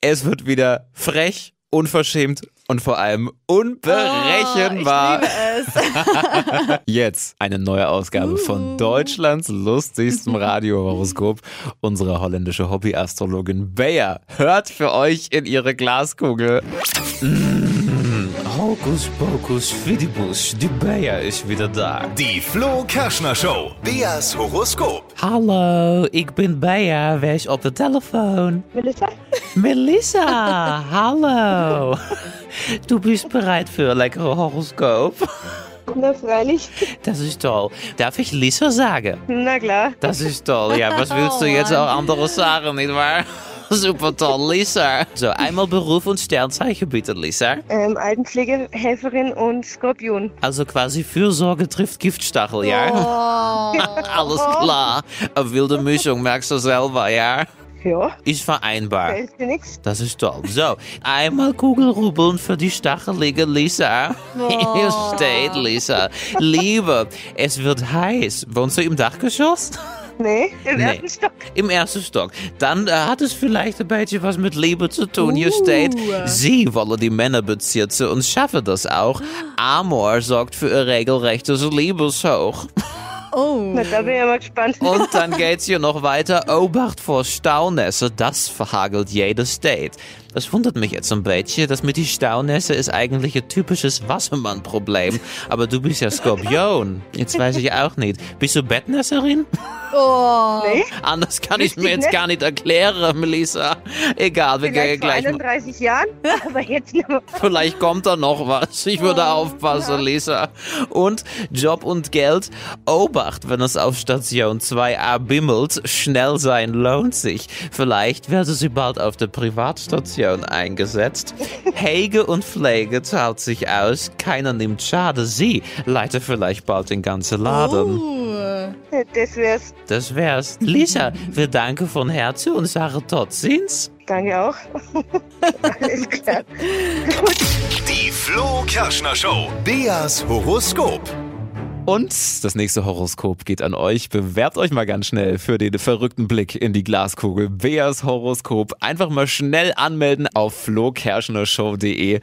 Es wird wieder frech, unverschämt und vor allem unberechenbar. Oh, ich liebe es. Jetzt eine neue Ausgabe Uh. von Deutschlands lustigstem Radiohoroskop. Unsere holländische Hobbyastrologin Bea hört für euch in ihre Glaskugel. Mmh, Hokus pokus fidibus, die Bea ist wieder da. Die Flo Kerschner Show. Beas Horoskop. Hallo, ich bin Bea, wer ist auf der Telefon? Melissa? Melissa, hallo. Du bist bereit für ein leckeres Horoskop? Na, freilich. Das ist toll. Darf ich Lisa sagen? Na klar. Das ist toll. Ja, was willst du jetzt auch anderes sagen, nicht wahr? Super toll, Lisa. So, einmal Beruf und Sternzeichen bitte, Lisa. Ähm, Altenpflege, Helferin und Skorpion. Also quasi Fürsorge trifft Giftstachel, ja? Alles klar. Eine wilde Mischung, merkst du selber, ja? Ja, Ist vereinbar. fällt dir nichts. Das ist toll. So, einmal Kugelrubbeln für die stachelige Lisa. Hier steht Lisa. Liebe, es wird heiß. Wohnst du im Dachgeschoss? Nee, im Nee. ersten Stock. Im ersten Stock. Dann äh, hat es vielleicht ein bisschen was mit Liebe zu tun. Hier steht, sie wolle die Männer bezirzen und schaffe das auch. Amor sorgt für ihr regelrechtes Liebeshoch. Oh. Na, da bin ich ja mal gespannt. Und dann geht's hier noch weiter. Obacht vor Staunässe, das verhagelt jedes Date. Das wundert mich jetzt ein bisschen. Das mit die Staunässe ist eigentlich ein typisches Wassermann-Problem. Aber du bist ja Skorpion. Jetzt weiß ich auch nicht. Bist du Bettnässerin? Oh. Nee, Anders kann ich mir Richtig, jetzt ne? gar nicht erklären, Melissa. Egal, wir gehen vielleicht vor gleich. mal- 31 Jahren, aber jetzt nicht mehr. Vielleicht kommt da noch was. Ich würde aufpassen, Lisa. Und Job und Geld. Obacht, wenn es auf Station 2a bimmelt. Schnell sein lohnt sich. Vielleicht werden sie bald auf der Privatstation eingesetzt. Hege und Pflege zahlt sich aus. Keiner nimmt Schade. Sie leite vielleicht bald den ganzen Laden. Oh. Das wär's. Das wär's. Lisa, wir danken von Herzen und sagen tot sins. Danke auch. Alles klar. Die Flo Kerschner Show. Beas Horoskop. Und das nächste Horoskop geht an euch. Bewerbt euch mal ganz schnell für den verrückten Blick in die Glaskugel. Beas Horoskop. Einfach mal schnell anmelden auf flokerschnershow.de.